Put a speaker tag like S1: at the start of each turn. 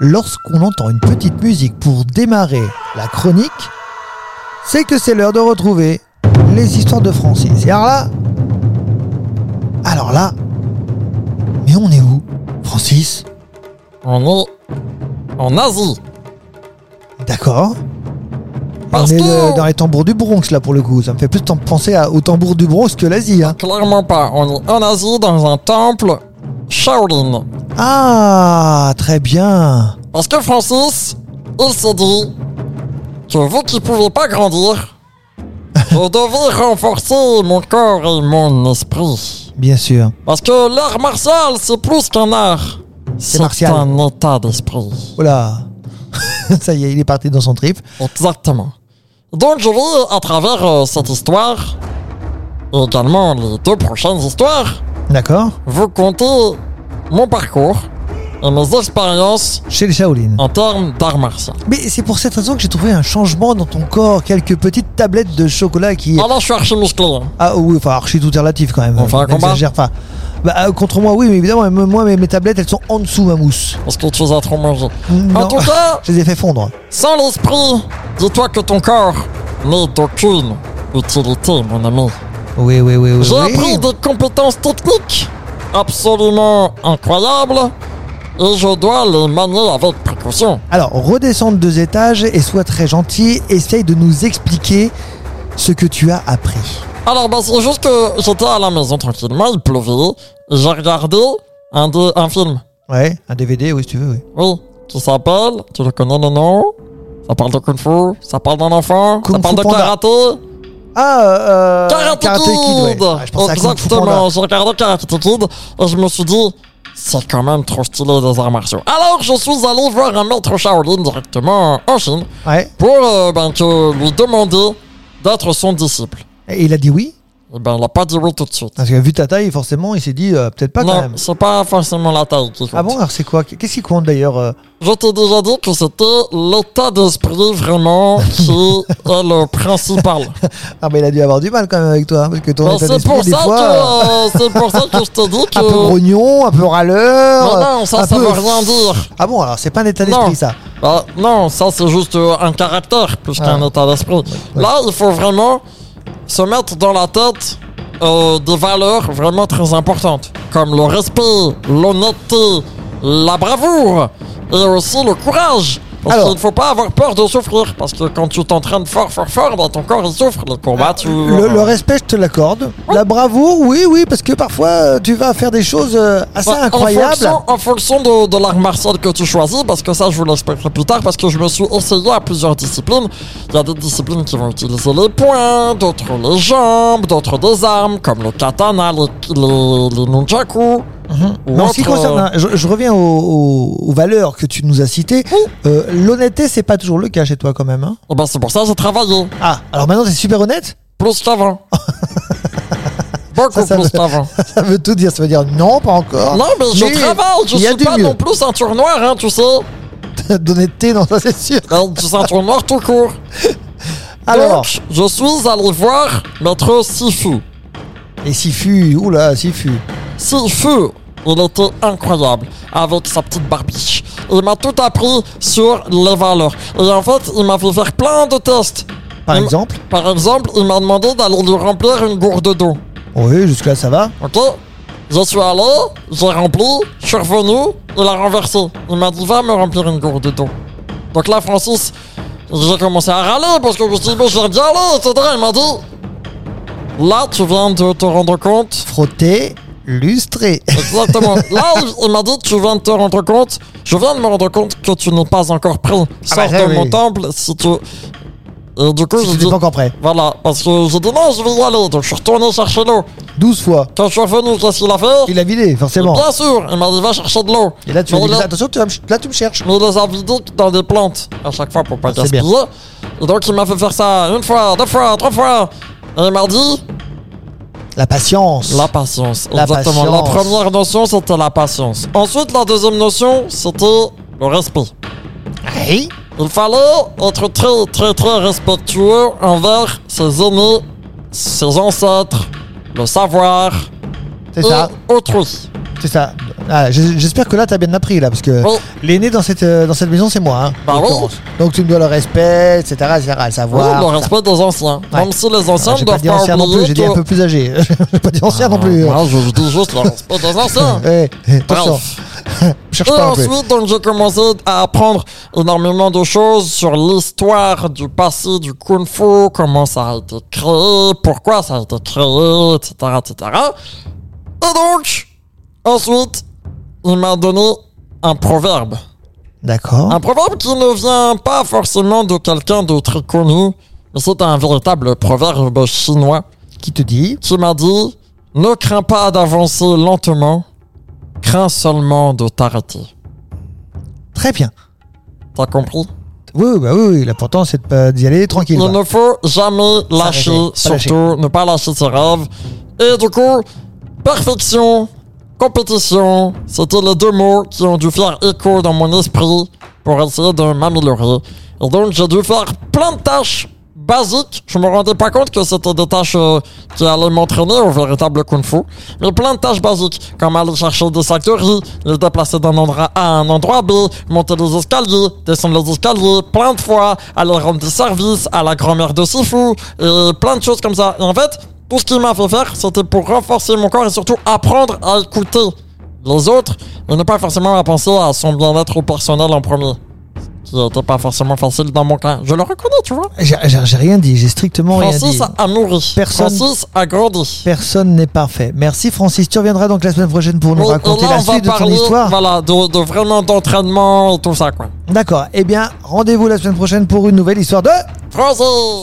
S1: lorsqu'on entend une petite musique pour démarrer la chronique, c'est que c'est l'heure de retrouver les histoires de Francis. Et alors là, alors là, mais on est où, Francis
S2: On est en Asie.
S1: D'accord. On
S2: Parce
S1: est
S2: que-
S1: euh, dans les tambours du Bronx là pour le coup. Ça me fait plus tem- penser à- aux tambours du Bronx que l'Asie. Hein.
S2: Clairement pas. On est en Asie dans un temple Shaolin.
S1: Ah, très bien.
S2: Parce que Francis, il s'est dit que vous qui pouvez pas grandir, je devais renforcer mon corps et mon esprit.
S1: Bien sûr.
S2: Parce que l'art martial, c'est plus qu'un art. C'est
S1: martial.
S2: un état d'esprit.
S1: Voilà. Ça y est, il est parti dans son trip.
S2: Exactement. Donc je vais, à travers euh, cette histoire, et également les deux prochaines histoires,
S1: D'accord
S2: vous compter mon parcours et mes expériences
S1: Chez les Shaolin.
S2: en termes d'art martial.
S1: Mais c'est pour cette raison que j'ai trouvé un changement dans ton corps. Quelques petites tablettes de chocolat qui.
S2: Ah là, je suis archi musclé. hein.
S1: Ah oui, enfin, archi tout est relatif quand même.
S2: On fait un combat
S1: N'exagère pas. Bah, euh, contre moi, oui, mais évidemment, même moi, mes, mes tablettes, elles sont en dessous, ma mousse.
S2: Parce que tu as trop mangé.
S1: Non.
S2: En tout cas,
S1: Je les ai fait fondre.
S2: sans l'esprit, dis-toi que ton corps n'est d'aucune utilité, mon ami.
S1: Oui, oui, oui, oui.
S2: J'ai
S1: oui.
S2: appris des compétences techniques absolument incroyables et je dois les manier avec précaution.
S1: Alors, redescends de deux étages et sois très gentil. Essaye de nous expliquer ce que tu as appris.
S2: Alors, bah, c'est juste que j'étais à la maison tranquillement, il pleuvait, et j'ai regardé un, des- un film,
S1: Ouais, un DVD, oui, si tu veux, oui.
S2: oui, qui s'appelle, tu le connais le nom Ça parle de Kung Fu, ça parle d'un enfant,
S1: Kung
S2: ça
S1: Fu
S2: parle de
S1: Panda.
S2: karaté.
S1: Ah, euh.
S2: Karate,
S1: ouais.
S2: Kid
S1: Ah, je pensais à Kung Fu Panda.
S2: Exactement, j'ai regardé Karate Kid et je me suis dit, c'est quand même trop stylé les arts martiaux. Alors, je suis allé voir un maître Shaolin directement en Chine
S1: Ouais.
S2: pour euh, ben, que lui demander d'être son disciple.
S1: Et il a dit oui
S2: Et ben, il a pas dit oui tout de suite.
S1: Parce que vu ta taille, forcément, il s'est dit euh, peut-être Ah, pas quand
S2: non,
S1: même.
S2: c'est pas forcément la taille qui compte.
S1: Ah bon Alors c'est quoi Qu'est-ce qui compte d'ailleurs euh
S2: Je t'ai déjà dit que c'était l'état d'esprit vraiment qui est le principal.
S1: Ah mais il a dû avoir du mal quand même avec toi, hein, parce que ton
S2: Ben,
S1: état
S2: c'est
S1: d'esprit,
S2: pour,
S1: des
S2: ça
S1: fois, euh,
S2: que, euh, c'est pour ça que je te dis que...
S1: un peu grognon, un peu râleur.
S2: Non,
S1: euh,
S2: non, ça,
S1: un
S2: ça
S1: peu-
S2: veut rien dire.
S1: Ah bon Alors c'est pas un état
S2: Non.
S1: d'esprit ça.
S2: Bah, non, ça c'est juste euh, un caractère plus qu'un
S1: Ah.
S2: état d'esprit. Là, il faut vraiment se mettre dans la tête euh, des valeurs vraiment très importantes, comme le respect, l'honnêteté, la bravoure et aussi le courage. Parce
S1: Alors.
S2: qu'il ne faut pas avoir peur de souffrir, parce que quand tu t'entraînes fort, fort, fort, bah, ton corps il souffre. Les combats, tu.
S1: Le, le respect, je te l'accorde. La bravoure, oui, oui, parce que parfois euh, tu vas faire des choses euh, assez
S2: Bah, en
S1: incroyables.
S2: fonction- En fonction, de, de l'art martial que tu choisis, parce que ça, je vous l'expliquerai plus tard, parce que je me suis essayé à plusieurs disciplines. Il y a des disciplines qui vont utiliser les poings, d'autres les jambes, d'autres des armes, comme le katana, les, les, les nunchaku. ou
S1: Mais en ce qui
S2: autres,
S1: concerne,
S2: euh,
S1: hein, je, je reviens aux, aux- aux valeurs que tu nous as citées. Euh, L'honnêteté, c'est pas toujours le cas chez toi quand même. hein.
S2: eh ben, c'est pour ça que j'ai travaillé.
S1: Ah, alors maintenant t'es super honnête
S2: Plus qu'avant. Beaucoup
S1: Ça, ça
S2: plus
S1: me- Ah.
S2: qu'avant.
S1: Ça veut tout dire, ça veut dire non, pas encore.
S2: Non, mais je travaille, je
S1: il y a
S2: suis
S1: du
S2: pas
S1: mieux.
S2: non plus ceinture noire, hein, tu sais.
S1: D'honnêteté, non, ça c'est sûr.
S2: Hein, Ceinture noire tout court.
S1: Alors,
S2: Donc, je suis allé voir Maître Sifu.
S1: et Sifu, oula, Sifu.
S2: Sifu, il était incroyable avec sa petite barbiche. Il m'a tout appris sur les valeurs. Et en fait, il m'a fait faire plein de tests.
S1: Par
S2: Il m'a-
S1: exemple
S2: Par exemple, il m'a demandé d'aller lui remplir une gourde d'eau.
S1: Oui, jusque-là ça va.
S2: Ok Je suis allé, j'ai rempli, je suis revenu, il a renversé. Il m'a dit va me remplir une gourde d'eau. Donc là, Francis, j'ai commencé à râler parce que je me suis dit, mais j'ai bien allé, etc. Il m'a dit là, tu viens de te rendre compte
S1: Frotter, lustrer.
S2: Exactement. Là, il- il m'a dit, tu viens de te rendre compte, je viens de me rendre compte que tu n'es pas encore pris. Sors
S1: bah, ça,
S2: de
S1: oui.
S2: mon temple si tu... Et du coup,
S1: si
S2: j'ai
S1: tu n'es
S2: dit,
S1: pas encore prêt.
S2: voilà, parce que j'ai dit non, je vais y aller. Donc, je suis retourné chercher l'eau.
S1: 12 fois.
S2: Quand je suis revenu, qu'est-ce qu'il a fait
S1: Il a vidé, forcément.
S2: Bien sûr, il m'a dit, va chercher de l'eau.
S1: Et là, tu as
S2: Mais
S1: dit,
S2: il a-
S1: attention, tu vas me- là, tu me cherches.
S2: mais il les a vidés dans des plantes à chaque fois pour pas
S1: Ah, c'est
S2: gaspiller. Et donc, il m'a fait faire ça une fois, deux fois, trois fois. Et il m'a dit,
S1: La patience.
S2: La patience.
S1: La
S2: Exactement.
S1: patience.
S2: La première notion, c'était la patience. Ensuite, la deuxième notion, c'était le respect.
S1: Oui.
S2: Il fallait être très, très, très respectueux envers ses aînés, ses ancêtres, le savoir
S1: C'est
S2: et
S1: ça,
S2: Oh. autrui.
S1: c'est ça. Ah, j- J'espère que là, t'as bien appris, là, parce que
S2: Oh.
S1: l'aîné dans cette, euh, dans cette maison, c'est moi. hein,
S2: Bah
S1: en
S2: oui.
S1: l'occurrence. Donc tu me dois le respect, etc., etc., le
S2: Oui,
S1: savoir.
S2: le
S1: tout ça.
S2: respect des anciens.
S1: Ouais.
S2: Même si les
S1: Ah,
S2: anciens ne
S1: J'ai pas
S2: doivent
S1: dit
S2: pas
S1: ancien
S2: oublier
S1: non plus, j'ai dit un
S2: que-
S1: peu plus âgé. j'ai pas dit ancien non plus.
S2: Ah, je dis juste le respect des anciens.
S1: Eh, eh, attention,
S2: Bref.
S1: cherche
S2: Et
S1: pas non plus.
S2: ensuite, donc, j'ai commencé à apprendre énormément de choses sur l'histoire du passé du Kung Fu, comment ça a été créé, pourquoi ça a été créé, etc., etc. Et donc, ensuite, il m'a donné un proverbe.
S1: D'accord.
S2: Un proverbe qui ne vient pas forcément de quelqu'un de très connu, mais c'est un véritable proverbe chinois
S1: Qui te dit
S2: qui m'a dit Ne crains pas d'avancer lentement, crains seulement de t'arrêter.
S1: Très bien.
S2: T'as compris
S1: Oui, oui, bah oui, oui, l'important c'est de pas- d'y aller tranquille.
S2: Il
S1: quoi.
S2: ne faut jamais lâcher,
S1: S'arrêter, pas lâcher.
S2: surtout ne pas lâcher ses rêves. Et du coup, perfection, compétition, c'était les deux mots qui ont dû faire écho dans mon esprit pour essayer de m'améliorer. Et donc, j'ai dû faire plein de tâches basiques. Je me rendais pas compte que c'était des tâches euh, qui allaient m'entraîner au véritable kung-fu. Mais plein de tâches basiques, comme aller chercher des sacs de riz, les déplacer d'un endroit A à un endroit B, monter les escaliers, descendre les escaliers, plein de fois, aller rendre des services à la grand-mère de Sifu, et plein de choses comme ça. Et en fait, tout ce qu'il m'a fait faire, c'était pour renforcer mon corps et surtout apprendre à écouter les autres, mais ne pas forcément à penser à son bien-être personnel en premier. Ce Qui n'était pas forcément facile dans mon cas. Je le reconnais, tu vois.
S1: J'ai j'ai- j'ai rien dit, j'ai strictement rien dit.
S2: Francis a nourri.
S1: Personne-
S2: Francis a grandi.
S1: Personne n'est parfait. Merci Francis, tu reviendras donc la semaine prochaine pour nous
S2: Oui,
S1: raconter
S2: et là,
S1: la
S2: on va
S1: suite de ton
S2: parler,
S1: histoire.
S2: Voilà, de, de vraiment d'entraînement et tout ça, quoi.
S1: D'accord, eh bien, rendez-vous la semaine prochaine pour une nouvelle histoire de...
S2: Francis